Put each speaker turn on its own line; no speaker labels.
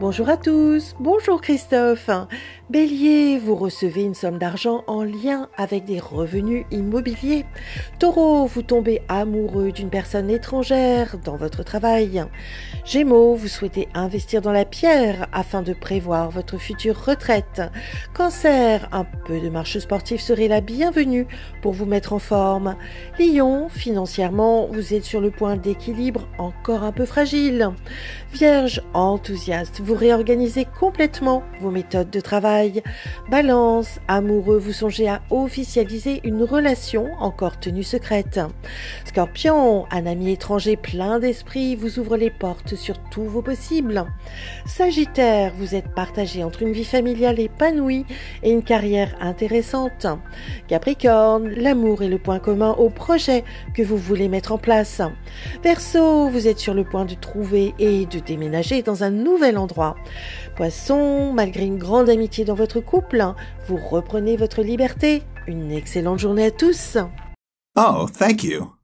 Bonjour à tous, bonjour Christophe. Bélier, vous recevez une somme d'argent en lien avec des revenus immobiliers. Taureau, vous tombez amoureux d'une personne étrangère dans votre travail. Gémeaux, vous souhaitez investir dans la pierre afin de prévoir votre future retraite. Cancer, un peu de marche sportive serait la bienvenue pour vous mettre en forme. Lion, financièrement, vous êtes sur le point d'équilibre encore un peu fragile. Vierge, enthousiaste, vous réorganisez complètement vos méthodes de travail. Balance, amoureux, vous songez à officialiser une relation encore tenue secrète. Scorpion, un ami étranger plein d'esprit vous ouvre les portes sur tous vos possibles. Sagittaire, vous êtes partagé entre une vie familiale épanouie et une carrière intéressante. Capricorne, l'amour est le point commun au projet que vous voulez mettre en place. Verseau, vous êtes sur le point de trouver et de déménager dans un nouvel endroit. Poisson, malgré une grande amitié dans votre couple, vous reprenez votre liberté. Une excellente journée à tous.
Oh, thank you.